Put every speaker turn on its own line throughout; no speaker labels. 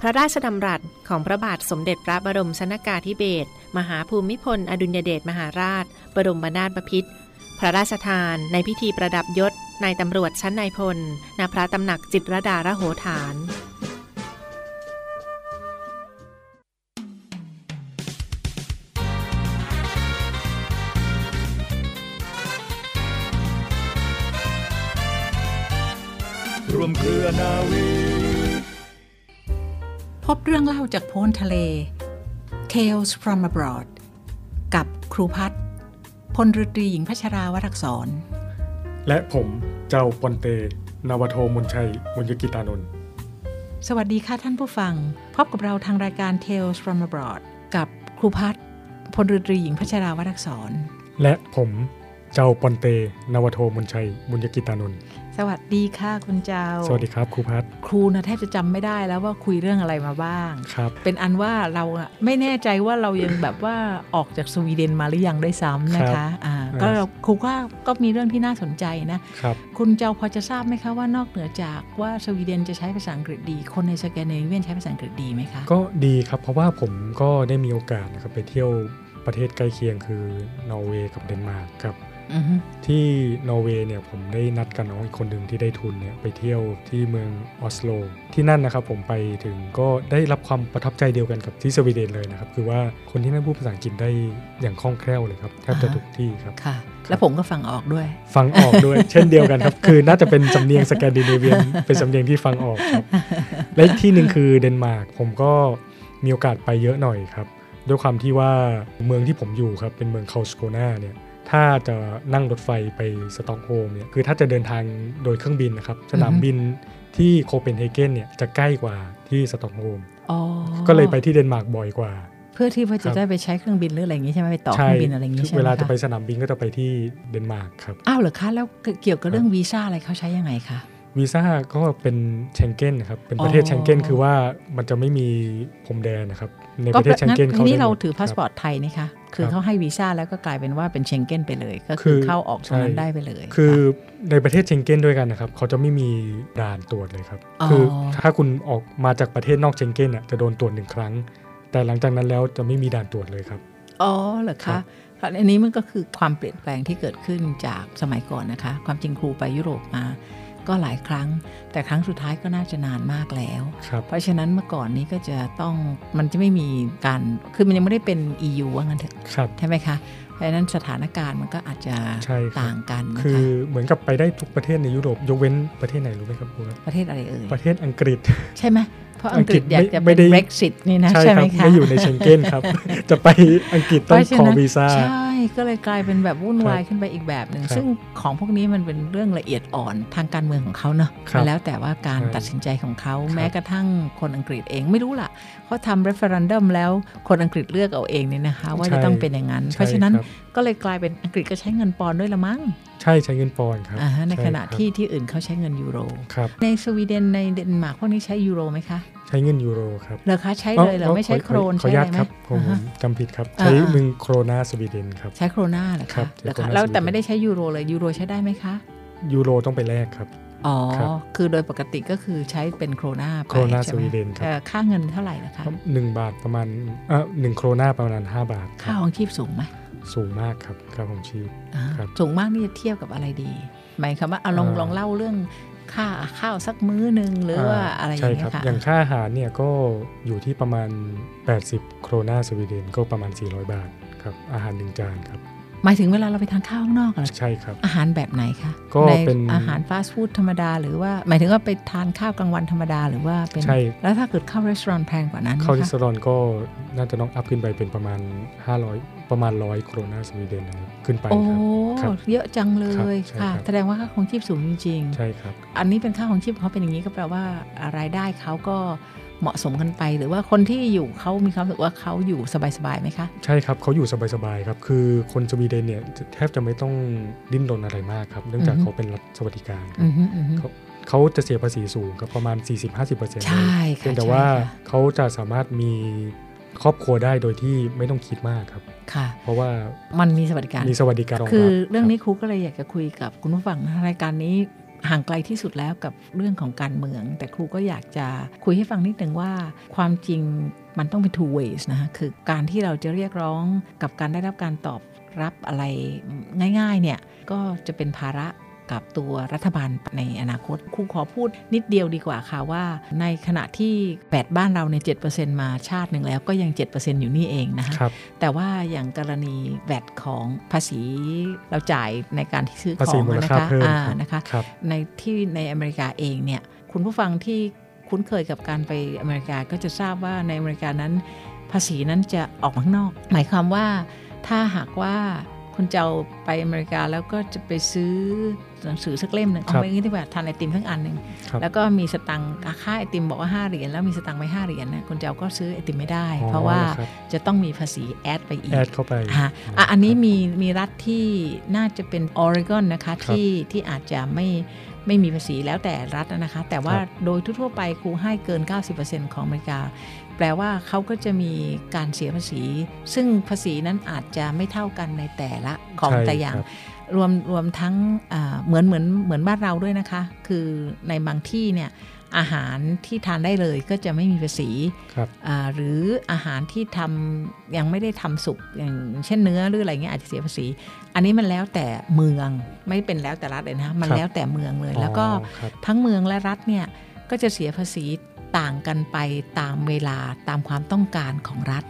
พระราชดำรัสของพระบาทสมเด็จพระบรมชนากาธิเบศรมหาภูมิพล อดุลยเดชมหาราช บรมนาถบพิตรพระราชทานในพิธีประดับยศนายตำรวจชั้นนายพลณพระตำหนักจิตรดาระโหฐาน
รวมเครือนาวี
พบเรื่องเล่าจากโพ้นทะเล Tales from abroad กับครูพัฒน์พลรุตรีหญิงพัชราวรักษร
และผมเจ้าปอนเต นาวาโทมนชัยมนยกิตานนท์
สวัสดีค่ะท่านผู้ฟัง พบกับเราทางรายการ Tales from abroad กับครูพัฒน์พลรุตรีหญิงพัชราวรักษร
และผมเจ้าปอนเต นาวาโทมนชัยมนยกิตานนท์
สวัสดีค่ะคุณเจ้า
สวัสดีครับครูพัฒน์
ครูนะแทบจะจำไม่ได้แล้วว่าคุยเรื่องอะไรมาบ้าง
ครับ
เป็นอันว่าเราอะไม่แน่ใจว่าเรายัง แบบว่าออกจากสวีเดนมาหรือยังด้วยซ้ำนะ
ครั
คะ
บ
อ่า
เออ
ก็เราครูก็ก็มีเรื่องที่น่าสนใจนะ
ครับ
คุณเจ้าพอจะทราบไหมคะว่านอกเหนือจากว่าสวีเดนจะใช้ภาษาอังกฤษดี คนในสแกนดิเนเวียนใช้ภาษาอังกฤษดีไหมคะ
ก็ดีครับเพราะว่าผมก็ได้มีโอกาสนะครับไปเที่ยวประเทศใกล้เคียงคือนอร์เวย์กับเดนมาร์กครับ
อือฮึ
ที่นอร์เวย์เนี่ยผมได้นัดกับน้องอีกคนหนึ่งที่ได้ทุนเนี่ยไปเที่ยวที่เมืองออสโล ที่นั่นนะครับผมไปถึงก็ได้รับความประทับใจเดียวกันกับที่สวีเดนเลยนะครับ คือว่าคนที่นั่นพูดภาษาอังกฤษได้อย่างคล่องแคล่วเลยครับแทบจะทุกที่ครับ
ค่ะ แล้วผมก็ฟังออกด้วย
ฟังออกด้วย เช่นเดียวกันครับ คือน่าจะเป็นสำเนียงสแกนดิเนเวียน เป็นสำเนียงที่ฟังออกครับ และอีกที่หนึ่งคือเดนมาร์กผมก็มีโอกาสไปเยอะหน่อยครับ ด้วยความที่ว่าเมืองที่ผมอยู่ครับเป็นเมืองเคาสโกนาเนี่ยถ้าจะนั่งรถไฟไปสต็อกโฮล์มเนี่ยคือถ้าจะเดินทางโดยเครื่องบินนะครับสนามบินที่โคเปนเฮเกนเนี่ยจะใกล้กว่าที่สต็อกโฮล์ม
อ๋อ
ก็เลยไปที่เดนมาร์กบ่อยกว่า
เพื่อที่ว่า
ครั
จะ
บ
ได้ไปใช้เครื่องบินหรืออะไรอย่างงี้ใช่ไหมไปต่อเค
ใช่
รื่องบินอะไรอย่างงี้ใช่ไหม
เวลาจะไป
ค
สนามบินก็จะไปที่เดนมาร์กครับ
อ้าวเหรอคะแล้วเกี่ยวกับเรื่องวีซ่าอะไรเขาใช้ยังไงคะ
วีซ่าก็เป็นเชงเก้นนะครับ เป็นประเทศ
อ๋อ
เชงเก้นคือว่ามันจะไม่มีพรมแดนนะครับ ในประเทศเชง
งั้น
เก้น
ที
เขา
นี้
ได้
เรา
หมด
ถือ
คบ
พาสปอร์ตไทยนี่คะคือ
ครับ
เขาให้วีซ่าแล้วก็กลายเป็นว่าเป็นเชงเก้นไปเลย ก็
คื
คือ
อ
เข้าออกตรงนั้น
ใช่
ได้ไปเลย
คือ
ค่ะ
ในประเทศเชงเก้นด้วยกันนะครับเขาจะไม่มีด่านตรวจเลยครับ
อ๋อ
คือถ้าคุณออกมาจากประเทศนอกเชงเก้นอ่ะจะโดนตรวจหนึ่งครั้ง แต่หลังจากนั้นแล้วจะไม่มีด่านตรวจเลยครับ
อ๋อเหรอ
ครั
คะ
บ
ค่ะอันนี้มันก็คือความเปลี่ยนแปลงที่เกิดขึ้นจากสมัยก่อนนะคะ ความจริงครูไปยุโรปมา ก็หลายครั้ง แต่ครั้งสุดท้ายก็น่าจะนานมากแล้ว
ครับ
เพราะฉะนั้นเมื่อก่อนนี้ก็จะต้องมันจะไม่มีการคือมันยังไม่ได้เป็น EU ว่างั้นเถอะ
ครับ
ใช่ไหมคะเพราะฉะนั้นสถานการณ์มันก็อาจจะ
ใช่ครับ
ต่างกันนะ
คือ
คะ
เหมือนกับไปได้ทุกประเทศในยุโรปยกเว้นประเทศไหนรู้ไหมครับคุณครับ
ประเทศอะไรเอ่ย
ประเทศอังกฤษ
ใช่ไหม เพราะอังกฤษ
อังกฤษ
อยากจะ
ไม่ไม่
เป็น
ได้
Brexit นี่นะ
ใช่
ใช่
ค
ไหม
รับ
คะ
ไม่อยู่ในเชงเก้นครับ จะไปอังกฤษ
เพ
ต้อง
ระฉะ
ขอ
นั้น
วีซ่า
ใช่ก็เลยกลายเป็นแบบวุ่นวาย
ครับ
ขึ้นไปอีกแบบหนึ่ง
ครับ
ซึ่งของพวกนี้มันเป็นเรื่องละเอียดอ่อนทางการเมืองของเขาเนอะ
ครับ
มันแล้วแต่ว่าการ
ใช่
ตัดสินใจของเขา
ครับ
แม้กระทั่งคนอังกฤษเองไม่รู้ล่ะเขาทำเรฟเฟอรันดัมแล้วคนอังกฤษเลือกเอาเองเนี่ยนะคะ ว่าจะต้องเป็นอย่างนั้น เพราะฉะนั้น
ใช่คบ
ก็เลยกลายเป็นอังกฤษก็ใช้เงินปอนด์ด้วยละมั้ง
ใช่ใช้เงินปอนด์ครับ
อ่าฮะใน
ช่
ขณะ
ครับ
ที่ที่อื่นเขาใช้เงินยูโร
ครับ
ในสวีเดนในเดนมาร์กพวกนี้ใช้ยูโรไหมคะ
ใช้เงินยูโรครับ
เหรอคะใช้เลยเหรอ
าว
ไม่ใช้
ข
โค
อ
รน
ขอ
ใช้
อนุญา
อะ
ต
ไรไห
ค
ม
รับผม
อ่าฮะ
จำผิดครับ
อ่า
ใช้
อ่า
เมืองโครนาสวีเดนครับ
ใช้โครนาเหรอ
ครั
คะ
บ
เหรอ
ใช้
คะ
โคโรนา
แล้ว
สวีเดน
แต่ไม่ได้ใช้ยูโรเลยยูโรใช้ได้ไหมคะ
ยูโรต้องไปแลกครับ
อ๋อ
ครับ
คือโดยปกติก็คือใช้เป็นโครนาไป
โครนา
ใช่ไห
ส
ม
วีเดนครับ
อ่อค่าเงินเท่าไหร่นะคะ
หนึ่งบาทประมาณเออหนึ่งโครนาประมาณ 5 บาทค
ค่า
รับ
ของชีพสูงไหม
สูงมากครับครับผมชีพ
อ่า
ครับ
สูงมากนี่จะเทียบกับอะไรดี หมายความว่าเอาลอง
เอ่อ
ลองเล่าเรื่อง ค่าข้าวสักมื้อหนึ่งหรือว่าอะไรอย่าง
ใช่
เงี้
ครับ
ยค่ะ
อย่างค่าอาหารเนี่ยก็อยู่ที่ประมาณ 80 โครนาสวีเดนก็ประมาณ 400 บาทครับอาหารหนึ่งจานครับ
หมายถึงเวลาเราไปทานข้าวข้างนอกอะ
ใช่ครับ
อาหารแบบไหนคะ
ก็เป็น
ใอาหารฟาสต์ฟู้ดธรรมดา หรือว่าหมายถึงว่าไปทานข้าวกลางวันธรรมดาหรือว่าเป็น
ใช่
แล้วถ้าเกิดเข้าวร้านแพงกว่านั้นไหม
เข้าริส
คะ
รอนก็น่าจะน้องอัพขึ้นไปเป็นประมาณ 500 ประมาณ 100 โครนาสวีเดนนะครับขึ้นไป
โอ้
ครับ ครับ
เยอะจังเล
ครับ
ย
ใช่
ค่ะ
ครับ
แสดงว่าค่าของชีพสูงจริง
ใช่ครับ
ๆอันนี้เป็นค่าของชีพเขาเป็นอย่างนี้ก็แปลว่าอ่ารายได้เขาก็เหมาะสมกันไป หรือว่าคนที่อยู่เขามีความรู้สึกว่าเขาอยู่สบายๆไหมคะ
ใช่ครับเขาอยู่สบายๆครับ คือคนสวีเดนเนี่ยแทบจะไม่ต้องดิ้นรนอะไรมากครับเนื่องจากเขาเป็นรัฐสวัสดิการครับ
อือฮึอือฮึ
เขาเขาจะเสียภาษีสูงครับประมาณ 40-50%เลย
ใช่ค่ะ
เพียง
ใช่
แต่ว่า
ค่ะ
เขาจะสามารถมีครอบครัวได้โดยที่ไม่ต้องคิดมากครับ
ค่ะ
เพราะว่า
มันมีสวัสดิการ
มีสวัสดิการรองรับ
คือเรื่อง
ค
นี้ครูก็เลยอยากจะคุยกับคุณผู้ฟังนะคะรายการนี้ห่างไกลที่สุดแล้วกับเรื่องของการเมือง แต่ครูก็อยากจะคุยให้ฟังนิดนึงว่า ความจริงมันต้องเป็น two ways นะคะคือการที่เราจะเรียกร้องกับการได้รับการตอบรับอะไรง่ายๆเนี่ยก็จะเป็นภาระกับตัวรัฐบาลในอนาคตครูขอพูดนิดเดียวดีกว่าค่ะว่าในขณะที่ 8 บ้านเราเนี่ย7%มาชาติหนึ่งแล้วก็ยัง 7%อยู่นี่เองนะคะ
รับครับ
แต่ว่าอย่างกรณีแวดของภาษีเราจ่ายในการที่ซื้อ
ภา
ข
ษี
อง
มูล
นะ
ค่า
คะ
เพิ่ม
อ่า
ครับ
นะคะ
ครับ
ในที่ในอเมริกาเองเนี่ยคุณผู้ฟังที่คุ้นเคยกับการไปอเมริกาก็จะทราบว่าในอเมริกานั้นภาษีนั้นจะออกมาข้างนอก หมายความว่าถ้าหากว่าคุณจะเอาไปอเมริกาแล้วก็จะไปซื้อหนังสือสักเล่มหนึ่งเอา
ครับ
ไปงี้ดีกว่าทานไอติมทั้งอันหนึ่ง
ครับ
แล้วก็มีสตังค์ค่าไอติมบอกว่าห้าเหรียญแล้วมีสตังค์ไปห้าเหรียญนะคุณจะเอาก็ซื้อไอติมไม่ได้
อ๋อ
เพราะว่า
ครับ
จะต้องมีภาษีแอดไปอี
แอก ดเข้าไป
ค่ะอ่ะอันนี้มีมีรัฐที่น่าจะเป็นออริกอนนะ
ครั
คะ
บ
ที่ที่อาจจะไม่ไม่มีภาษีแล้วแต่รัฐนะคะ แต่ว่า
ครับ
โดยทั่วๆไปครูให้เกิน 90%ของอเมริกา แปลว่าเขาก็จะมีการเสียภาษี ซึ่งภาษีนั้นอาจจะไม่เท่ากันในแต่ละของ
ใช่
แต่อย่าง
ครับ
รวมรวมทั้งอ่าเหมือนเหมือนเหมือนบ้านเราด้วยนะคะ คือในบางที่เนี่ยอาหารที่ทานได้เลยก็จะไม่มีภาษี
ครับ
อ่าหรืออาหารที่ทำยังไม่ได้ทำสุกอย่างเช่นเนื้อหรืออะไรเงี้ยอาจจะเสียภาษี อันนี้มันแล้วแต่เมืองไม่เป็นแล้วแต่รัฐเลยนะมัน
ครับ
แล้วแต่เมืองเลย แล้วก็
อ๋อครับ
ทั้งเมืองและรัฐเนี่ยก็จะเสียภาษีต่างกันไปตามเวลาตามความต้องการของรัฐ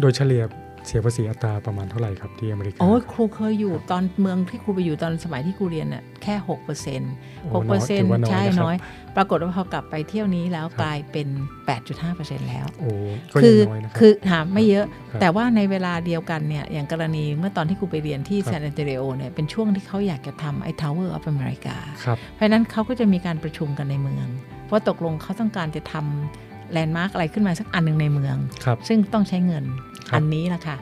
โดยเฉลี่ยเสียภาษีอัตราประมาณเท่าไหร่ครับที่อเมริกา
โอ้ยครูเคยอยู่ตอนเมืองที่ครูไปอยู่ตอนสมัยที่ครูเรียนน่ะแค่หกเปอร์เซ็นต์
โอ้
หกเปอร์เซ็นต์
ถืว่า
ใช่
ะครับ
น้อย ปรากฏว่าพอกลับไปเที่ยวนี้แล้ว
ครับ
กลายเป็น 8.5%แล้ว
โอ้ก็
คื
ยัง
อ
น้อยนะครั
คือถามไม่เยอะ
ครับ
แต่ว่าในเวลาเดียวกันเนี่ย อย่างกรณีเมื่อตอนที่กูไปเรียนที่
ครับ
ซาน a n เ e เ e โอเนี่ย เป็นช่วงที่เขาอยากจะทำไอ้ Tower of America
ครับ
เพราะฉะนั้นเขาก็จะมีการประชุมกันในเมือง ว่าตกลงเขาต้องการจะทำแลนด์มาร์กอะไรขึ้นมาสักอันหนึ่งในเมือง
ครับ
ซึ่งต้องใช้เงิน
ครับ
อันนี้แหละค่ะ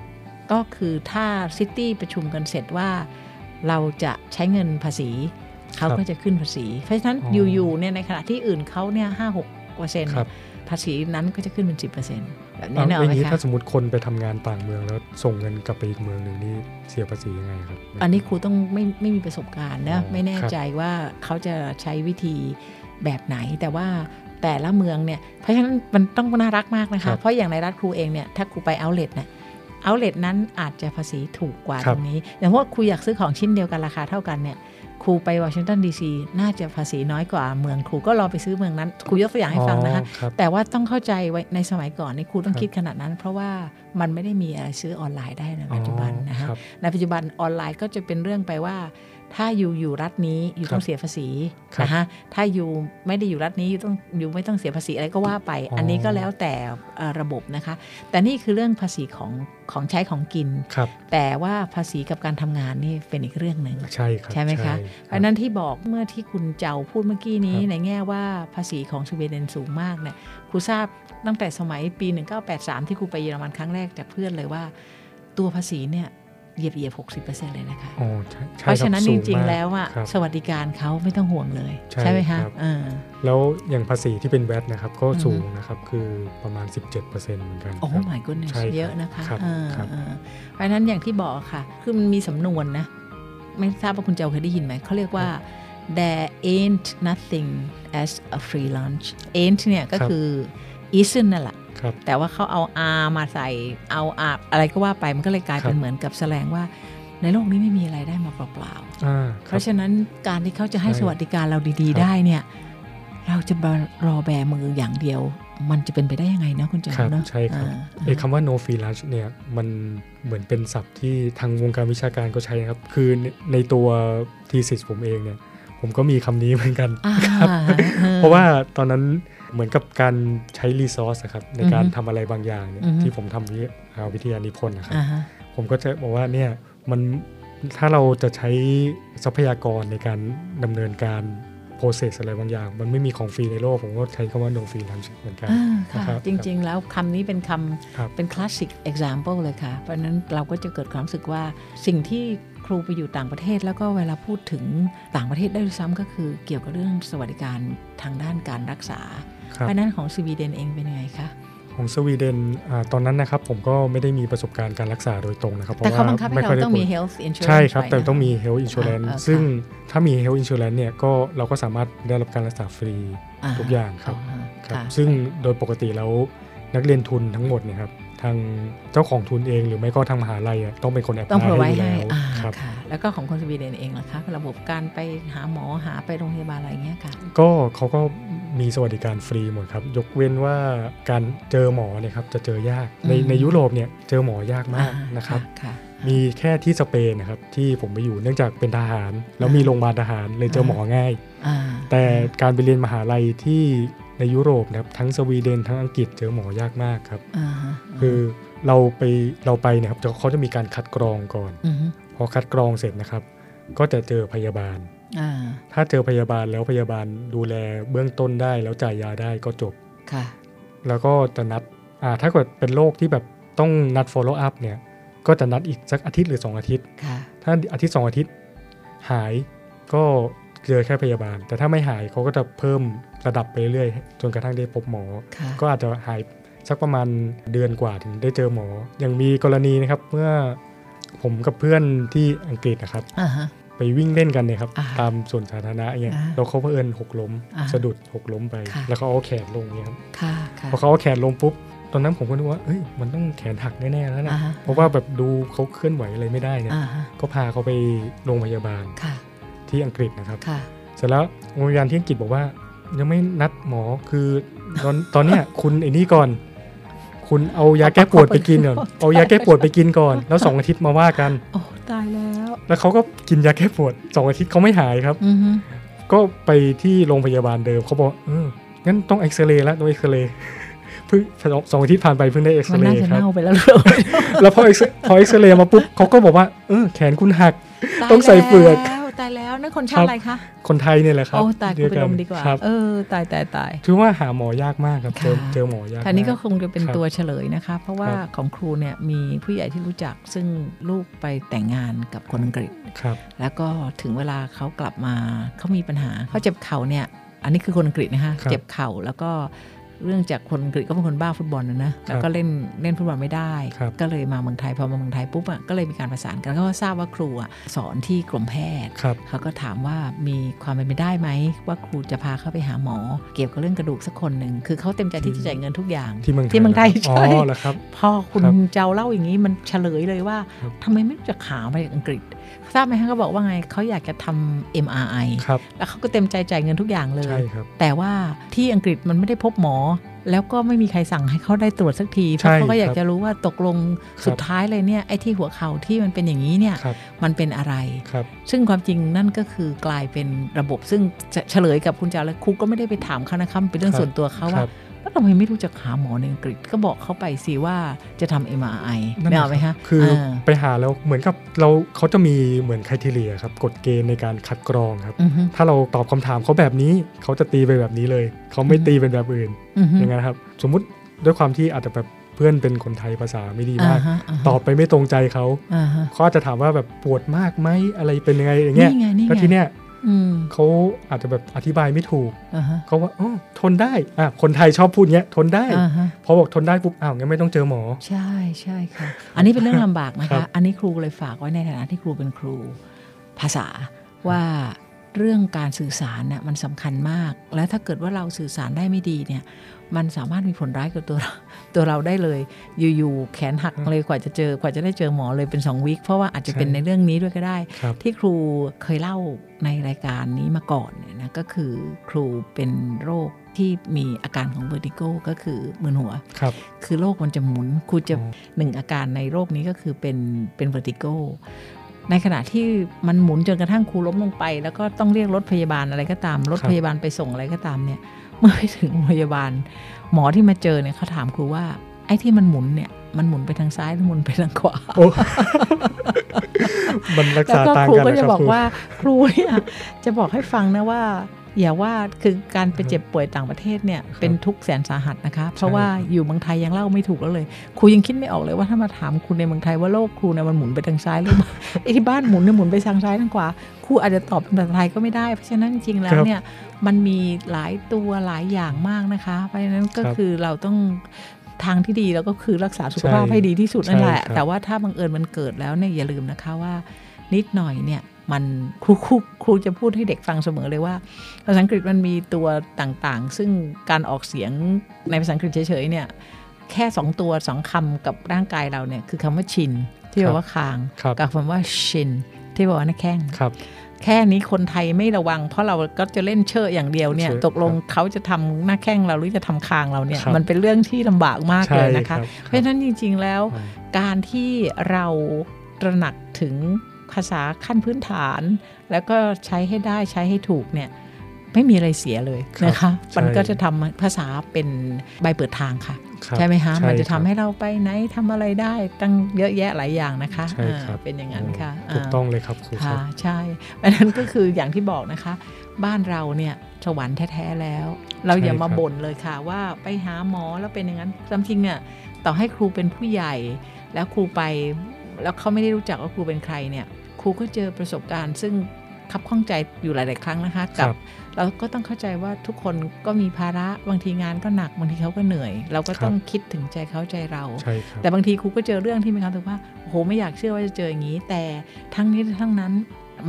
ก็คือถ้าซิตี้ประชุมกันเสร็จว่า เราจะใช้เงินภาษี เขาก็จะขึ้นภาษี เพราะฉะนั้น
อ๋ออ
อยู่ๆเนี่ยในขณะที่อื่นเขาเนี่ยห้าหกเปอร์เซ็นต์
ครับ
ภาษีนั้นก็จะขึ้นเป็นสิบเปอร์เซ็นต์แบบนี้
เอา
เนก
อ
อะ
ย่าง
ไหม
นี้
คะ
ถ้าสมมติคนไปทำงานต่างเมืองแล้วส่งเงินกลับไปอีกเมืองหนึ่งนี่เสียภาษียังไงครับ
อันนี้ครูต้องไม่ไม่มีประสบการณ์นะ
อ๋อ
ไม่แน่ใจว่าเขาจะใช้วิธีแบบไหน แต่ว่าแต่ละเมืองเนี่ยเพราะฉะนั้นมันต้องน่ารักมากนะ
ครั
คะ
บ
เพราะอย่างในรัฐครูเองเนี่ยถ้าครูไปเอาเลทเนี่ยเอาเลทนั้นอาจจะภาษีถูกกว่า
ครั
ต
บ
รงนี้อย่างว่าครูอยากซื้อของชิ้นเดียวกันราคาเท่ากันเนี่ยครูไปวอชิงตันดีซีน่าจะภาษีน้อยกว่าเมืองครูก็รองไปซื้อเมืองนั้นครูยกตัวอย่างให้ฟังนะคะ
อ๋อรับ
แต่ว่าต้องเข้าใจไว้ในสมัยก่อนนี่ครูต้อง
ครับ
คิดขนาดนั้น เพราะว่ามันไม่ได้มีอะไรซื้อออนไลน์ได้ในปัจจุบันนะคะ
อ๋อรับ
ในปัจจุบันออนไลน์ก็จะเป็นเรื่องไปว่า ถ้าอยู่อยู่รัฐนี้อยู่
ครับ
ต้องเสียภาษี
ครับ
นะฮะถ้าอยู่ไม่ได้อยู่รัฐนี้อยู่ต้องอยู่ไม่ต้องเสียภาษีอะไรก็ว่าไป
อ๋ออั
อันนี้ก็แล้วแต่เอ่อระบบนะคะ แต่นี่คือเรื่องภาษีของของใช้ของกิน
ครับ
แต่ว่าภาษีกับการทำงานนี่เป็นอีกเรื่องหนึ่ง
ใช่ครับ
ใช่ไหมคะ เพ
เพ
ราะ
ราะนั้
ฉะ
น
นั้นที่บอกเมื่อที่คุณเจ้าพูดเมื่อกี้นี้
ครับ
ในแง่ว่าภาษีของสวีเดนสูงมากเนี่ยครูทราบตั้งแต่สมัยปี 1983 ที่ครูไปเยอรมันครั้งแรกจากเพื่อนเลยว่า ตัวภาษีเนี่ยเหยียบเหยียบ60%เลยนะคะ เพราะฉะนั้นจริง ๆ แล้วอ่ะสวัสดิการเขาไม่ต้องห่วงเลย
ใช่
ใช่ไหมคะ
ครับ
เออ
แล้วอย่างภาษีที่เป็นแวตนะครับก็
อือฮึ
สูงนะครับคือประมาณ 17%เหมือนกัน
โอ้
ครับ
my goodness
ใช่ครับ
เยอะนะคะ
ครับ
เออ
ครับ
เออเพราะฉะนั้นอย่างที่บอกค่ะ คือมันมีสำนวนนะ ไม่ทราบว่าคุณเจ้าเคยได้ยินไหม เขาเรียกว่า there ain't nothing as a free lunch ain't เนี่ยก็คือ isn't นั่นแหละ
ครับ
แต่ว่าเขาเอา R มาใส่เอา R อะไรก็ว่าไปมันก็เลยกลายเป็
ครั
น
บ
เหมือนกับแสดงว่า ในโลกนี้ไม่มีอะไรได้มาเปล่าๆ
อ่าค
เพ
รับ
ราะฉะนั้นการที่เขาจะให้
ใช่
สวัสดิการเราดี
ครับ
ๆ ได้เนี่ย เราจะมารอแบมืออย่างเดียว มันจะเป็นไปได้ยังไงเนาะคุณจอม
ครับ
เนาะ
ใช่ครับ
อ่า
ไอ้คำว่า no free lunch เนี่ยมันเหมือนเป็นศัพท์ที่ทางวงการวิชาการก็ใช้นะครับ คือในในตัวทีสิสผมเองเนี่ย ผมก็มีคำนี้เหมือนกัน
อ่า
เพราะว่าตอนนั้นเหมือนกับการใช้รีซอสครับในการทำอะไรบางอย่างเนี่ยที่ผมทำวิอ่าวิทยานิพนธ์นะครับ
อ่าฮะ
ผมก็จะบอกว่าเนี่ยมันถ้าเราจะใช้ทรัพยากรในการดำเนินการ process อะไรบางอย่าง มันไม่มีของฟรีในโลก ผมก็ใช้คำว่า no free lunch เหมือนกัน
อ่า
นะ
ค่ะ
ครับ
จริงๆ แล้วคำนี้เป็นค
ครับ
ำเป็นคลาสสิก example เลยค่ะ เพราะฉะนั้นเราก็จะเกิดความรู้สึกว่าสิ่งที่ครูไปอยู่ต่างประเทศ แล้วก็เวลาพูดถึงต่างประเทศได้ด้วยซ้ำก็คือเกี่ยวกับเรื่องสวัสดิการทางด้านการรักษา
ค
เพ
รับ
ราะฉะนั้นของสวีเดนเองเป็นยังไงคะ
ของสวีเดนอ่าตอนนั้นนะครับผมก็ไม่ได้มีประสบการณ์การรักษาโดยตรงนะครับ เพ
แต่
ราะ
เขา
ว่า
บังคับให้
ไม่
เรา
ค่อยได้
ต้อง
ผ
มี
ล
health insurance
ใช่ครับ
ไว้
แต่
นะ
ต้องมี health insurance
อ่าอ่า
ซึ่ง
ค่
ถ้ามี health insurance เนี่ยก็เราก็สามารถได้รับการรักษาฟรีทุกอย่างครับ
อ่า
ครับ
ค่ะ
ซึ่งโดยปกติแล้วนักเรียนทุนทั้งหมดเนี่ยครับทางเจ้าของทุนเองหรือไม่ก็ทางมหาลัยอะต้องเป็นคนแอปพ
ต้อง
ลา
เผื่อไว้
ยให้
ให้
อยู่แล้ว
อ่า
ครับ
ค่ะ แล้วก็ของคนสวีเดนเองล่ะคะ ระบบการไปหาหมอหาไปโรงพยาบาลอะไรเงี้ยค่ะ
ก็เขาก็มีสวัสดิการฟรีหมดครับ ยกเว้นว่าการเจอหมอเนี่ยครับจะเจอยากใน
อืม
ในยุโรปเนี่ยเจอหมอยากมาก
อ่
นะครับ
ค่ะ
มีแค่ที่สเปนนะครับ ที่ผมไปอยู่เนื่องจากเป็นทหาร แล้วมีโรงพยาบาลทหารเลยเจอหมอง่าย
อ่า
แต่การไปเรียนมหาลัยที่ในยุโรปนะครับทั้งสวีเดนทั้งอังกฤษเจอหมอยากมากครับ
อ่า
คือเราไปเราไปเนะครับเขาจะมีการคัดกรองก่อน
อืม
พอคัดกรองเสร็จนะครับ ก็จะเจอพยาบาล
อ่า
ถ้าเจอพยาบาลแล้วพยาบาลดูแลเบื้องต้นได้แล้วจ่ายยาได้ก็จบ
ค่ะ
แล้วก็จะนัดอ่าถ้าเกิดเป็นโรคที่แบบต้องนัด follow up เนี่ยก็จะนัดอีกสักอาทิตย์หรือ 2 อาทิตย์
ค่ะ
ถ้าอาทิตย์สองอาทิตย์หายก็เจอแค่พยาบาล แต่ถ้าไม่หายเขาก็จะเพิ่มระดับไปเรื่อยๆจนกระทั่งได้พบหมอ
ค่ะ
ก็อาจจะหายสักประมาณเดือนกว่าถึงได้เจอหมอ อย่างมีกรณีนะครับเมื่อผมกับเพื่อนที่อังกฤษนะครับ
อ่าฮะ
ไปวิ่งเล่นกันเนี่ยครับ
อ่า
ตามสวนสาธารณะอย่างเงี้ย
อ่า
แล้วเขาเผอิญหกล้ม
อ่า
สะดุดหกล้มไป
ค่ะ
แล้วเขาเอาแขนลงเงี้ยครับ
ค่ะ ค่ะ
พอเขาเอาแขนลงปุ๊บตอนนั้นผมก็นึกว่าเอ้ยมันต้องแขนหักแน่ๆแล้วนะ
อ่าฮะ
เพราะว่าแบบดูเขาเคลื่อนไหวอะไรไม่ได้เนี่ย
อ่าฮะ
ก็พาเขาไปโรงพยาบาล
ค่ะ
ที่อังกฤษนะครับ
ค่ะ
เสร็จแล้วโรงพยาบาลที่อังกฤษบอกว่า ยังไม่นัดหมอคือตอนตอนเนี้ย คุณไอ้นี่ก่อน คุณเอายาแก้ปวดไปกินก่อนเอายาแก้ปวดไปกินก่อน แล้วสองอาทิตย์มาว่ากัน
โอ้ ตายแล้ว
แล้วเขาก็กินยาแก้ปวดสองอาทิตย์เขาไม่หายครับ
อือฮึ
ก็ไปที่โรงพยาบาลเดิมเขาบอกเอองั้นต้องเอ็กซเรย์แล้วต้องเอ็กซเรย์เพิ่งสองสองอาทิตย์ผ่านไปเพิ่งได้เอ็กซ
มัน
เร
น่า
ย์
จะ
ครับ
เน่าไปแล้วหรือเปล่า
แล้วพอ X- พอเอ็กซเรย์มาปุ๊บเขาก็บอกว่าเออแขนคุณหัก
าย
ต้องใส่เปลือก
แล้วตายแล้วนั่นคนชาติอะไรคะ
คนไทยเนี่ยแหละครับ
โอ้ ตายกูไป
เย
ลมดีกว่า
ครับ
เออ ตายตายตาย
ถือว่าหาหมอยากมากครับ เจอ
ค่ะ
เจอหมอยาก
คราวนี้ก็
มา
คงจะเป็
ค
น
รับ
ตัวเฉลยนะคะ เพราะว่า
ครับ
ของครูเนี่ยมีผู้ใหญ่ที่รู้จักซึ่งลูกไปแต่งงานกับคนอังกฤษ
ครับ
แล้วก็ถึงเวลาเขากลับมาเขามีปัญหาเขาเจ็บเข่าเนี่ย อันนี้คือคนอังกฤษนะคะ
ครับ
เจ็บเข่าแล้วก็เรื่องจากคนอังกฤษก็เป็นคนบ้าฟุตบอลนะนะแล้วก็เล่นเล่นฟุตบอลไม่ได้
ครับ
ก็เลยมาเมืองไทยพอมาเมืองไทยปุ๊บอ่ะก็เลยมีการประสานกันแล้วก็ทราบว่าครูอ่ะสอนที่กรมแพทย์
ครับ
เขาก็ถามว่ามีความเป็นไปได้ไหม ว่าครูจะพาเขาไปหาหมอ เกี่ยวกับเรื่องกระดูกสักคนหนึ่ง คือเขาเต็มใจที่
ที่
จะจ่ายเงินทุกอย่าง
ที่เมือง
ที่เมืองไทย
อ๋อ
ใช่
เหรอครับ
พอคุณ
ครับ
เจ้าเล่าอย่างนี้มันเฉลยเลยว่า
ครับ
ทำไมไม่รู้จะหามาจากอังกฤษ ทราบไหมคะเขาบอกว่าไงเขาอยากจะทำ MRI
ครับ
แล้วเขาก็เต็มใจจ่ายเงินทุกอย่างเล
ใช่
ย
ครับ
แต่ว่าที่อังกฤษมันไม่ได้พบหมอ แล้วก็ไม่มีใครสั่งให้เขาได้ตรวจสักทีเพราะ
ใช่
เขาก็อยา
ค
ก
รับ
จะรู้ว่าตกลง
ครับ
สุดท้ายเลยเนี่ยไอ้ที่หัวเข่าที่มันเป็นอย่างนี้เนี่ย
ครับ
มันเป็นอะไร
ครับ
ซึ่งความจริงนั่นก็คือกลายเป็นระบบซึ่งจะเฉลยกับคุณจาแล้วครูก็ไม่ได้ไปถามเขานะครับเป็นเรื่อ
ค
ง
รับ
ส่วนตัวเขา
ครั
ว่า
บ
แล้วทำไมไม่รู้จักหาหมอในอังกฤษก็บอกเขาไปสิว่าจะทำ MRI
นั่น
ไม่เอาไหม
นะรั
ฮะ
บคือ
เ
ไปหาแล้วเหมือนกับเราเขาจะมีเหมือนคุณเลียครับกฎเกณฑ์ในการคัดกรองครับ
อือฮึ
ถ้าเราตอบคำถามเขาแบบนี้เขาจะตีไปแบบนี้เลย เขาไม่ตีเป็นแบบอื่น
อือฮึ
อย่างนั้นครับ สมมุติด้วยความที่อาจจะแบบเพื่อนเป็นคนไทยภาษาไม่
อ่าม
ดีาก
ฮะาฮะ
ตอบไปไม่ตรงใจเขา
อ่าฮะ
เขาอาจจะถามว่าแบบปวดมากไหมอะไรเป็นยังไงอย่างเงี้ย
นี่ไงนี่ไง
แล้วทีเนี้ย
อืม
เขาอาจจะแบบอธิบายไม่ถูก
อ่าฮะ
เขาว่าอ๋อทนได้อ่ะคนไทยชอบพูดเงี้ย ทนได้
อ่าฮะ
พอบอกทนได้ปุ๊บ อ้าวงั้นไม่ต้องเจอหมอ
ใช่ใช่ค่ะ อันนี้เป็นเรื่องลำบากนะ
ครั
คะ
บ
อันนี้ครูเลยฝากไว้ในฐานะที่ครูเป็นครูภาษาว่า เรื่องการสื่อสารน่ะมันสำคัญมาก และถ้าเกิดว่าเราสื่อสารได้ไม่ดีเนี่ย มันสามารถมีผลร้ายกับตัวเรา ตัวเราได้เลย อยู่ๆแขนหักเลยกว่าจะเจอกว่าจะได้เจอหมอเลยเป็นสองวีคเพราะว่าอาจจะเป็น
ใช่
ในเรื่องนี้ด้วยก็ได้
ครับ
ที่ครูเคยเล่าในรายการนี้มาก่อนเนี่ยนะก็คือครูเป็นโรคที่มีอาการของเวอร์ติโกก็คือมึนหัว
ครับ
คือโรคมันจะหมุนครูจะ
อ๋อ
หนึ่งอาการในโรคนี้ก็คือเป็นเป็นเวอร์ติโกในขณะที่มันหมุนจนกระทั่งครูล้มลงไป แล้วก็ต้องเรียกรถพยาบาลอะไรก็ตาม รถพยาบาลไปส่งอะไรก็ตามเนี่ย เมื่อไปถึงโรงพยาบาล หมอที่มาเจอเนี่ยเขาถามครูว่าไอ้ที่มันหมุนเนี่ยมันหมุนไปทางซ้ายหรือหมุนไปทางขวา
โอ้ มันรัก
แล้ว
ษา
ก็
ต่าง
ครู
กัน
ก็
นะค
จะ
รับ
บอก
ครู
ว่า ครูเนี่ยจะบอกให้ฟังนะว่า อย่าว่าคือการไปเจ็บป่วยต่างประเทศเนี่ยเป็นทุกข์แสนสาหัสนะคะ เพราะว่า
ครับ
อยู่เมืองไทยยังเล่าไม่ถูกแล้วเลยครูยังคิดไม่ออกเลยว่าถ้ามาถามคุณในเมืองไทยว่าโลกครูเนี่ยมันหมุนไปทางซ้าย หรือ ไอ้ที่บ้านหมุนเนี่ยหมุนไปทางซ้ายทางขวาครูอาจจะตอบเป็นภาษาไทยก็ไม่ได้เพราะฉะนั้นจริงๆแล้วเนี่ยมันมีหลายตัวหลายอย่างมากนะคะ เพราะฉะนั้นก็คือเราต้องทางที่ดีแล้วก็คือรักษาสุขภาพให้ดีที่สุด นั่นแหละ
ใช่ครับ
แต่ว่าถ้าบังเอิญมันเกิดแล้วเนี่ยอย่าลืมนะคะว่า นิดหน่อยเนี่ยมันครูครูครูจะพูดให้เด็กฟังเสมอเลยว่าภาษาอังกฤษมันมีตัวต่างๆ ซึ่งการออกเสียงในภาษาอังกฤษเฉยๆเนี่ยแค่สองตัวสองคำกับร่างกายเราเนี่ยคือคำว่าชิน ที่แปลว่าคาง
ครับ
กับคำว่าชิน ที่แปลว่าหน้าแข้ง
ครับ
แค่นี้คนไทยไม่ระวัง เพราะเราก็จะเล่นเชออย่างเดียวเนี่ย
เชอะ
ตกลงเขาจะทำหน้าแข้งเราหรือจะทำคางเราเนี่ย
ครับ
มันเป็นเรื่องที่ลำบากมาก
ใช่
เลยนะ
ค
คะ
รับ
เพราะฉะนั้นจริง ๆแล้ว
อืม
การที่เราตระหนักถึงภาษาขั้นพื้นฐาน แล้วก็ใช้ให้ได้ใช้ให้ถูกเนี่ยไม่มีอะไรเสียเลย
ครับ
นะคะ
ใช่
มันก็จะทำภาษาเป็นใบเปิดทางค่ะ
ครับ
ใช่ไหมคะมันจะ
ค
ทำ
รับ
ให้เราไปไหนทำอะไรได้ตั้งเยอะแยะหลายอย่างนะคะ
ใช่ครับ
อ่าเป็นอย่างนั้นค่ะ
โอ้ถูก
า
ต้องเลยครับครูครั
ค่ะ
บ
ใช่อันนั้นก็คืออย่างที่บอกนะคะ บ้านเราเนี่ยสวรรค์แท้ ๆ แล้ว เราอย่ามา
ใช่ครับ
บ่นเลยค่ะว่าไปหาหมอแล้วเป็นอย่างนั้นความจริงเนี่ยต่อให้ครูเป็นผู้ใหญ่ แล้วครูไปแล้วเขาไม่ได้รู้จักว่าครูเป็นใครเนี่ยครูก็เจอประสบการณ์ ซึ่งคับข้องใจอยู่หลาย ๆ ครั้งนะคะกั
ครับ
เราก็ต้องเข้าใจว่าทุกคนก็มีภาระบางทีงานก็หนักบางทีเขาก็เหนื่อย เราก็ต้องคิดถึงใจเขาใจเรา
ใช่ครับ
แต่บางทีครูก็เจอเรื่องที่มีความรู้สึกว่าโอ้โหไม่อยากเชื่อว่าจะเจออย่างนี้ แต่ทั้งนี้ทั้งนั้น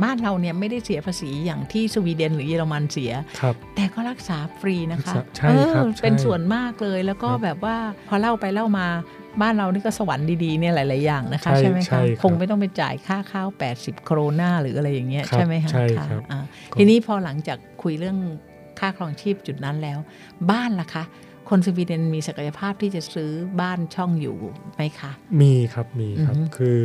บ้านเราเนี่ยไม่ได้เสียภาษีอย่างที่สวีเดนหรือเยอรมันเสีย
ครับ
แต่ก็รักษาฟรีนะคะ
รักษาใช่
เออ
ครับ
เป็น
ใช่
ส่วนมากเลยแล้วก็
ครับ
แบบว่าพอเล่าไปเล่ามาบ้านเรานี่ก็สวรรค์ดีๆเนี่ยหลาย ๆ อย่างนะคะ
ใช่
ใช่ไหม
ใช่ค
คะ
รับ
คงไม่ต้องไปจ่ายค่าข้าว 80 โครนาหรืออะไรอย่างเงี้ย
ครับ
ใช่ไหมคะ
ใช่
ะ
ครับ
อ่า
ก็
ทีนี้พอหลังจากคุยเรื่องค่าครองชีพจุดนั้นแล้ว บ้านล่ะคะ คนสวีเดนมีศักยภาพที่จะซื้อบ้านช่องอยู่ไหมคะ
มีครับมีครับ
อือฮึ
คือ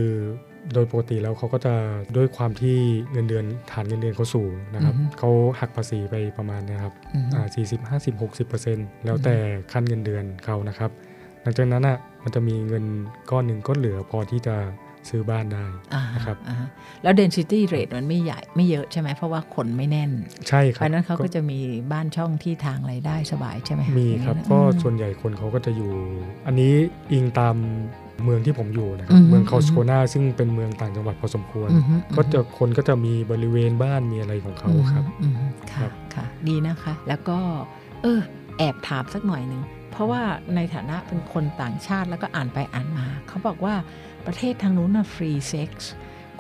โดยปกติแล้วเขาก็จะด้วยความที่เงินเดือนฐานเงินเดือนเขาสูงนะครับ
อือฮึ
เขาหักภาษีไปประมาณเนะครับ
อือฮึ
อ่าสี่สิบห้าสิบหกสิบเปอร์เซ็นต์แล้วแต่ขั้นเงินเดือนเขานะครับ หลังจากนั้นอ่ะมันจะมีเงินก้อนหนึ่งก็เหลือพอที่จะซื้อบ้านได้
อ่า
นะครับ
อ่าแล้ว density rate มันไม่ใหญ่ไม่เยอะใช่ไหมเพราะว่าคนไม่แน่น
ใช่ค
เพ
รับ
ราะฉะนั้นเขาก็จะมีบ้านช่องที่ทางไรายได้สบายใช่ไหมะ
มีครับ
อย่าง
ก็
เงี้ยนะ
ส่วนใหญ่คนเขาก็จะอยู่ อันนี้อิงตามเมืองที่ผมอยู่นะครับ
อือฮึ
เมืองคาส
อือฮึ
โคนาซึ่งเป็นเมืองต่างจังหวัดพอสมควร
อืมฮึ
ก็จะคนก็จะมีบริเวณบ้านมีอะไรของเขาครับ
อืมฮึ
ครั
ค่ะ
บ
ค่ะ ดีนะคะ แล้วก็ เออ แอบถามสักหน่อยหนึ่ง เพราะว่าในฐานะเป็นคนต่างชาติแล้วก็อ่านไปอ่านมา เขาบอกว่าประเทศทางนู้นน่ะฟรีเซ็กซ์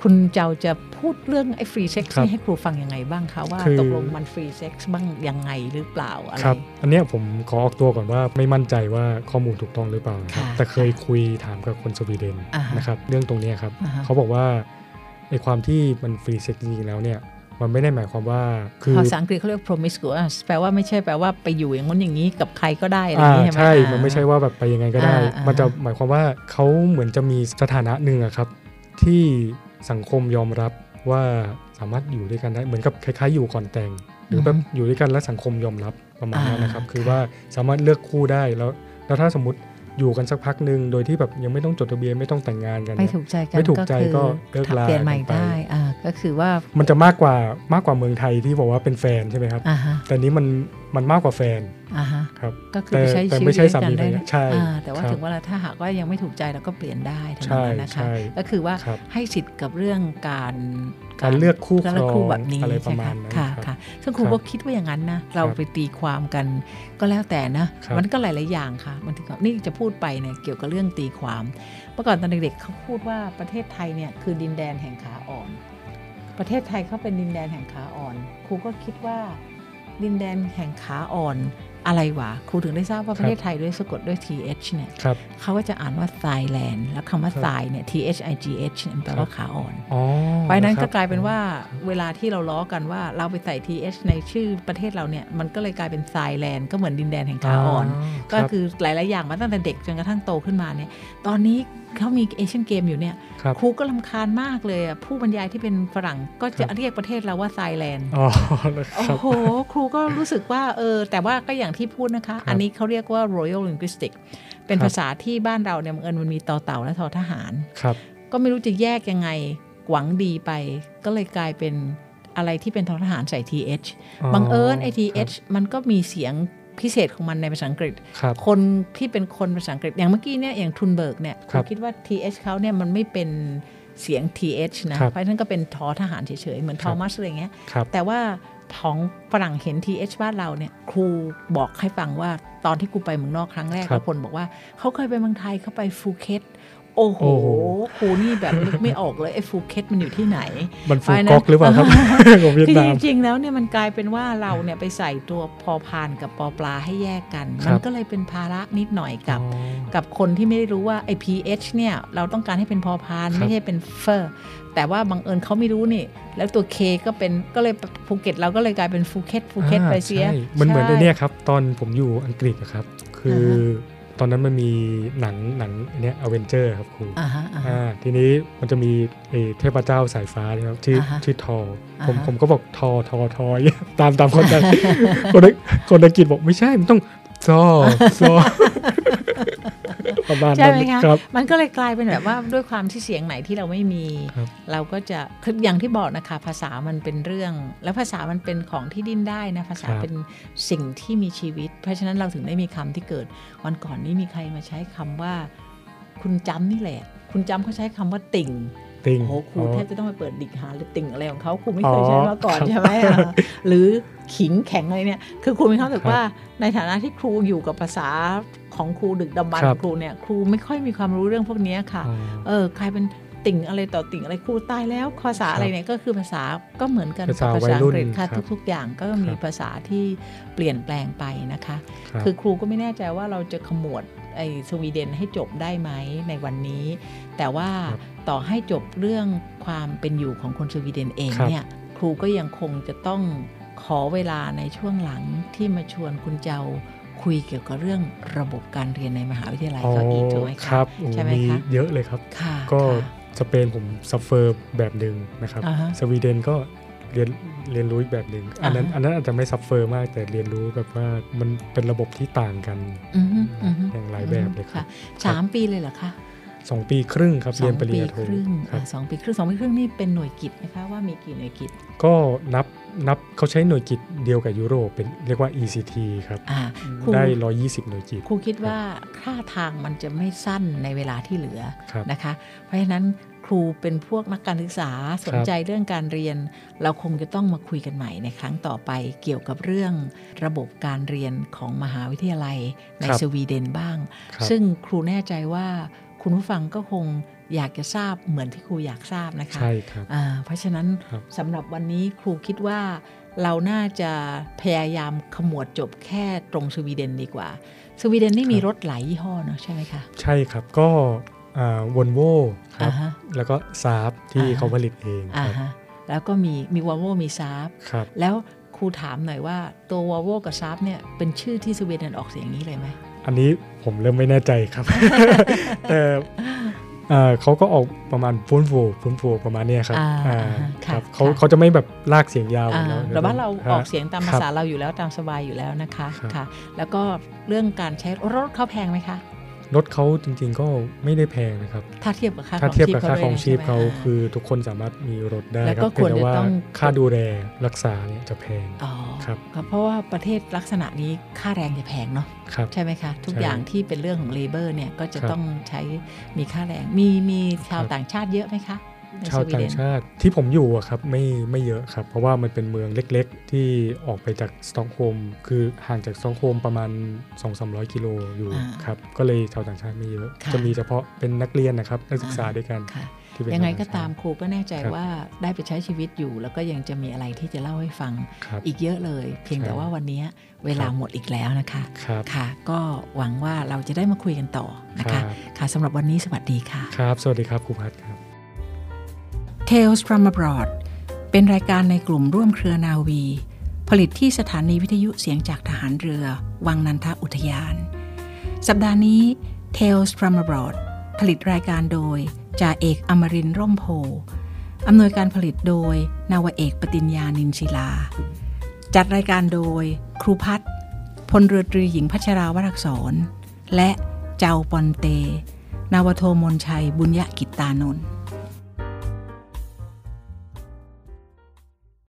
คุณเจ้าจะพูดเรื่องไอ้ฟรีเซ็กซ์
ครับ
นี่ให้ครูฟังยังไงบ้างคะว่า
คือ
ตกลงมันฟรีเซ็กซ์บ้างยังไงหรือเปล่าอะไร
ครับ อันเนี้ยผมขอออกตัวก่อนว่าไม่มั่นใจว่าข้อมูลถูกต้องหรือเปล่านะครับ
ค่ะ
แต่เคยคุยถามกับคนสวีเดน
อ่าฮะ
นะครับ เรื่องตรงเนี้ยครับ
อ่าฮะ
เขาบอกว่าไอความที่มันฟรีเซ็กจริงๆแล้วเนี่ย มันไม่ได้หมายความว่าคือ
ภาษาอังกฤษเขาเรียก promiscuous แปลว่าไม่ใช่แปลว่าไปอยู่อย่างง้นอย่างนี้กับใครก็ได้อะไรอ
อ่า
ย่างนี้ใช่ไหม
ใช่
อ่า
มันไม่ใช่ว่าแบบไปยังไงก็ได้
อ่าอ่ามั
มันจะหมายความว่าเขาเหมือนจะมีสถานะหนึ่งอะครับ ที่สังคมยอมรับว่าสามารถอยู่ด้วยกันได้เหมือนกับคล้าย ๆ อยู่ก่อนแต่ง หรืออ
อฮึ
แบบอยู่ด้วยกันแล้วสังคมยอมรับประมาณนั้นนะครับ
อ่า
คือว่าสามารถเลือกคู่ได้แล้ว แล้วถ้าสมมติอยู่กันสักพักหนึ่งโดยที่แบบยังไม่ต้องจดทะเบียนไม่ต้องแต่งงานกัน
ไม่
เนี่ย
ถูกใจกัน
ไม่ถูกใจก็
คือ
เลิกลา
เปลี่ยนใหม่
กันไป
ได้อ่าก็คือว่า
มันจะมากกว่ามากกว่าเมืองไทยที่บอกว่าเป็นแฟนใช่ไหมครับ
อ่าฮะ
แต่นี้มันมันมากกว่าแฟน
อ่าฮะ
ครับ
ก็คือ
แต่
ไปใช้
แต่
ชีวิ
ไม่
ต
ใช่
ด้วยกั
สามี
น
ภ
ได้
รรยาใช่
อ่าแต่
ค
ว่า
รับ
ถึงเวลาถ้าหากว่ายังไม่ถูกใจเราก็เปลี่ยนได้ทั้ง
ใช่
นั้นนะคะ
ใช่
ก็คือว่า
ครับ
ให้สิทธิ์กับเรื่องการ
การเลือกคู่ค
การ
ร
เลือก
อ
คู่
ง
แบบนี้
อะไรประมา
ใช่
ณ
ค่ะ
นั้น
ค่ะ
ครับ
ค่ะซึ่งครู
ครับ
ก็คิดว่าอย่างนั้นนะเรา
ครับ
ไปตีความกันก็แล้วแต่นะครับ มันก็หลาย ๆ อย่างค่ะมันถึงกับนี่จะพูดไปเนี่ยเกี่ยวกับเรื่องตีความเมื่อก่อนตอนเด็กๆเขาพูดว่าประเทศไทยเนี่ยคือดินแดนแห่งขาอ่อน ประเทศไทยเขาเป็นดินแดนแห่งขาอ่อน ครูก็คิดว่า ดินแดนแห่งขาอ่อนอะไรวะ ครูถึงได้ทราบว่าประเทศไทยด้วยสะกดด้วย th เนี่ย
ครับ
เขาก็จะอ่านว่าไซแลนด์แล้วคำว่า
ครับ
ไซเนี่ย th i g h เนี่ยมันแปลว่าขาอ่อน
อ๋อ
เพราะฉะนั้น
ค
ก็
บ
กลายเป็นว่าเวลาที่เราล้อกันว่าเราไปใส่ th ในชื่อประเทศเราเนี่ยมันก็เลยกลายเป็นไซแลนด์ก็เหมือนดินแดนแห่งขาอ่อน ก็
รับ
คือหลาย ๆ อย่างมาตั้งแต่เด็กจนกระทั่งโตขึ้นมาเนี่ย ตอนนี้เขามีเอเชียนเกมอยู่เนี่ย
ครับ
ครูก็ลำคาญมากเลยอะผู้บรรยายที่เป็นฝรั่งก็จะเรียกประเทศเราว่าไซแลนด์
อ๋อแล้ว
โอ้
ครับ
โห ครูก็รู้สึกว่าเออ แต่ว่าก็อย่างที่พูดนะ
ค
คะ
รับ
อันนี้เขาเรียกว่า royal linguistic เป็น
ครับ
ภาษาที่บ้านเราเนี่ยบังเอิญมันมีต่อเต่าและทอทหาร
ครับ
ก็ไม่รู้จะแยกยังไงหวังดีไป ก็เลยกลายเป็นอะไรที่เป็นทอทหารใส่ th บังเอิญไอ
ครับ
th มันก็มีเสียงพิเศษของมันในภาษาอังกฤษ
ครับ
คนที่เป็นคนภาษาอังกฤษอย่างเมื่อกี้เนี่ยอย่างทุนเบิร์กเนี่ย
ครับ
ผมคิดว่า th เขาเนี่ยมันไม่เป็นเสียง th นะครับเพราะฉะนั้นก็เป็นทอทหารเฉยๆ เหมือน
ค
ท
รับ
อมัสอะไรเงี้ย
ครับ
แต่ว่าของฝรั่งเห็น th บ้านเราเนี่ยครูบอกให้ฟังว่าตอนที่กูไปเมืองนอกครั้งแรกแล้วคนบอกว่าเขาเคยไปเมืองไทยเขาไปฟูเก็ตโอ้โห
โอ้โห
ครูนี่แบบนึกไม่ออกเลยไอ้ฟูเก็ตมันอยู่ที่ไหน
มันฟู
เพราะฉะนั้น
ก๊อกหรือเปล่าครับ ของเวียด
คือจ
นาม
ริงๆ แล้วเนี่ยมันกลายเป็นว่าเราเนี่ยไปใส่ตัวพอพานกับปอปลาให้แยกกัน
ครั
มั
บ
นก็เลยเป็นภาระนิดหน่อยกับ
อ๋อ
กับคนที่ไม่ได้รู้ว่าไอ้ ph เนี่ยเราต้องการให้เป็นพอพาน
ครับ
ไม่ใช่เป็นเฟอร์แต่ว่าบังเอิญเขาไม่รู้นี่ แล้วตัว k ก็เป็นก็เลยภูเก็ตเราก็เลยกลายเป็นฟูเก็ตฟูเก็ต
า
ไปเสีย
ใช่มันเหมือนไอ
ใช่
เนี่ยครับ ตอนผมอยู่อังกฤษอะครับ คืออตอนนั้นมันมีหนังหนังอันเนี้ยอเวนเจอร์ครับครู
อ่าฮะอ่าฮะ
อ่าทีนี้มันจะมีไอ้เทพเจ้าสายฟ้าเนะครับชื่อ
อ่าฮะ
ชื่อทอผม
อ่าฮะ
ผมก็บอกทอทอทอย ตามตาม คนนั้นคนอังคนอังกฤษบอกไม่ใช่ มันต้องซอซอ ประมาณ
ใช่
นั้น
ไหมคะ
ครับ
มันก็เลยกลายเป็นแบบว่าด้วยความที่เสียงไหนที่เราไม่มี
ครับ
เราก็จะคืออย่างที่บอกนะคะ ภาษามันเป็นเรื่อง แล้วภาษามันเป็นของที่ดิ้นได้นะ ภาษา
ครับ
เป็นสิ่งที่มีชีวิต เพราะฉะนั้นเราถึงได้มีคำที่เกิด วันก่อนนี้มีใครมาใช้คำว่า คุณจำนี่แหละ คุณจำเขาใช้คำว่าติ่ง
ติง
โอ้โหครู
อ๋อ
แทบจะต้องไปเปิดดิกหาหรือติ่งอะไรของเขาครูไม่
อ๋อ
เคยใช้มาก่อน
ครับ
ใช่ไหม อ่ะหรือขิงแข็งอะไรเนี่ย คือครูมีความรู้สึก
ครับ
ว่าในฐานะที่ครูอยู่กับภาษาของครูดึกดำบรรพ์
ค
ข
รับ
องครูเนี่ยครูไม่ค่อยมีความรู้เรื่องพวกเนี้ยค่ะ
อ๋อ
เออกลายเป็นติ่งอะไรต่อติ่งอะไรครูตายแล้วภาษาอะไรเนี่ยก็คือภาษาก็เหมือนกัน
ภาษา
กับ
วัยรุ่
อัง
น
กฤษค่ะ
ครับ
ทุก ๆ อย่างก็มี
ครับ
ภาษาที่เปลี่ยนแปลงไปนะคะ
ครับ
คือครูก็ไม่แน่ใจว่าเราจะขมวดไอ้สวีเดนให้จบได้ไหมในวันนี้ แต่ว่าต่อให้จบเรื่องความเป็นอยู่ของคนสวีเดนเองเนี่ยครูก็ยังคงจะต้องขอเวลาในช่วงหลังที่มาชวนคุณเจ้าคุยเกี่ยวกับเรื่องระบบการเรียนในมหาวิทยาลัยเขาอีกถูกไหม
ค
คะ
รับโอ้
ใช่ไหม
มี
คะ
เยอะเลยครับ
ค่ะ
ก็
ค่ะ
สเปนผมซัฟเฟอร์แบบหนึ่งนะครับ
อ่าฮะ
สวีเดนก็เรียนเรียนรู้อีกแบบหนึ่งอันนั้น
อ่าฮะ
อันนั้นอาจจะไม่ซัฟเฟอร์มากแต่เรียนรู้แบบว่ามันเป็นระบบที่ต่างกัน
อืมฮึอืมฮึ
อย่างหลายแบบเลยครั
ค่ะ
บ
สามปีเลยเหรอคะ
สองปีครึ่งครับ
สอ
เรียน
ง
ปริญ
ปี
ญาโท
ครึ่ง
ครับ
อ่ะสองปีครึ่งสองปีครึ่งนี่เป็นหน่วยกิจนะคะว่ามีกี่หน่วยกิจ
ก็นับนับเขาใช้หน่วยกิจเดียวกับยุโรปเป็นเรียกว่า ECT ครับ
อ่าครู
ได้ 120 หน่วยกิจ
ครูคิดว่าท่าทางมันจะไม่สั้นในเวลาที่เหลือ
ครับ
นะคะ เพราะฉะนั้นครูเป็นพวกนักการศึกษาสนใจเรื่องการเรียน เราคงจะต้องมาคุยกันใหม่ในครั้งต่อไป เกี่ยวกับเรื่องระบบการเรียนของมหาวิทยาลัยใน
ครับ
สวีเดนบ้าง
ครับ
ซึ่งครูแน่ใจว่าคุณผู้ฟังก็คงอยากจะทราบเหมือนที่ครูอยากทราบนะคะ
ใช่ครับ
อ่าเพราะฉะนั้น
ครับ
สำหรับวันนี้ครูคิดว่าเราน่าจะพยายามขมวดจบแค่ตรงสวีเดนดีกว่า สวีเดนนี่มี
ครับ
รถหลายยี่ห้อเนอะใช่ไหมคะ
ใช่ครับก็วอนโวครับ
อ่าฮะ
แล้วก็ซาบที่
อ่าฮะ
เขาผลิตเอง
อ่า
ครับ
ฮะแล้วก็มีมีวอลโวมีซาบ
ครับ
แล้วครูถามหน่อยว่าตัววอลโวกับซาบเนี่ยเป็นชื่อที่สวีเดนออกเสียงอย่างนี้เลยไหม
อันนี้ผมเริ่มไม่แน่ใจครับ แต่เอ่อเขาก็ออกประมาณฟุนโฟฟุนโฟประมาณเนี้ยครับ
อ่า
อ่า
ะ
ครับเขา
ค่ะ
เขาจะไม่แบบลากเสียงยาว
อ่า
หมือน
แต่ว่าเรา
คบ
ออกเสียงตามภาษาเราอยู่แล้วตามสบายอยู่แล้วนะคะ
ครับ
ค่ะ แล้วก็เรื่องการใช้รถเขาแพงไหมคะ
รถเขาจริง ๆ ก็ไม่ได้แพงนะครับ
ถ้าเทียบกับค่า
ถ้าเทียบกับค่าขอ
ด้ว
ง
ยนะ
ชีพ
ใไหม
เขา
า
คือทุกคนสามารถมีรถได้
แล้ว
ครั
ก็
บเพียงแต่ว่า
ควรจะต้อง
ค่าดูแลรักษาเนี่ยจะแพง
อ๋อ
ครับ
ก็เพราะว่าประเทศลักษณะนี้ค่าแรงจะแพงเนาะ
ครับ
ใช่ไหมคะ ทุก
ใช่
อย่างที่เป็นเรื่องของเลเบอร์เนี่ยก็จะ
ครับ
ต้องใช้มีค่าแรง มีมีชาว
ครับ
ต่างชาติเยอะไหมคะใน
ชาว
สวี
ต่า
เด
ง
น
ชาติที่ผมอยู่อะครับไม่ไม่เยอะครับ เพราะว่ามันเป็นเมืองเล็กๆ ที่ออกไปจากสตอกโฮล์มคือห่างจากสตอกโฮล์มประมาณ 2 3 0 0 กิโลอยู่
อ่า
ครับ ก็เลยชาวต่างชาติไม่เยอะ
ค่ะ
จะมีเฉพาะเป็นนักเรียนนะครับ นักศึกษา
อ่า
ด้วยกัน
ค่ะ
ที่เป็น
ยังไงก็
ธรรช
ตามครูก็แน่ใจ
ครับ
ว่าได้ไปใช้ชีวิตอยู่ แล้วก็ยังจะมีอะไรที่จะเล่าให้ฟัง
ครับ
อีกเยอะเลย เพียงแต่
ใช่
ว่าวันนี้เวลาหมดอีกแล้วนะคะ
ครับ
ค่ะ ก็หวังว่าเราจะได้มาคุยกันต่อนะ
ครั
คะ
บ
ค่ะสำหรับวันนี้สวัสดีค่ะ
ครับ สวัสดีครับครูพัฒน์ครับ
Tales from abroad เป็นรายการในกลุ่มร่วมเครือนาวี ผลิตที่สถานีวิทยุเสียงจากทหารเรือ วังนันทอุทยาน สัปดาห์นี้ Tales from abroad ผลิตรายการโดยจ่าเอกอมรินทร์ร่มโพธิ์อำนวยการผลิตโดย นาวาเอกปติญญานินศิลา จัดรายการโดย ครูพัฒน์พลเรือตรีหญิงพัชราวรักษร และเจ้าปอนเต นาวโทมนชัยบุญยกิตตานนท์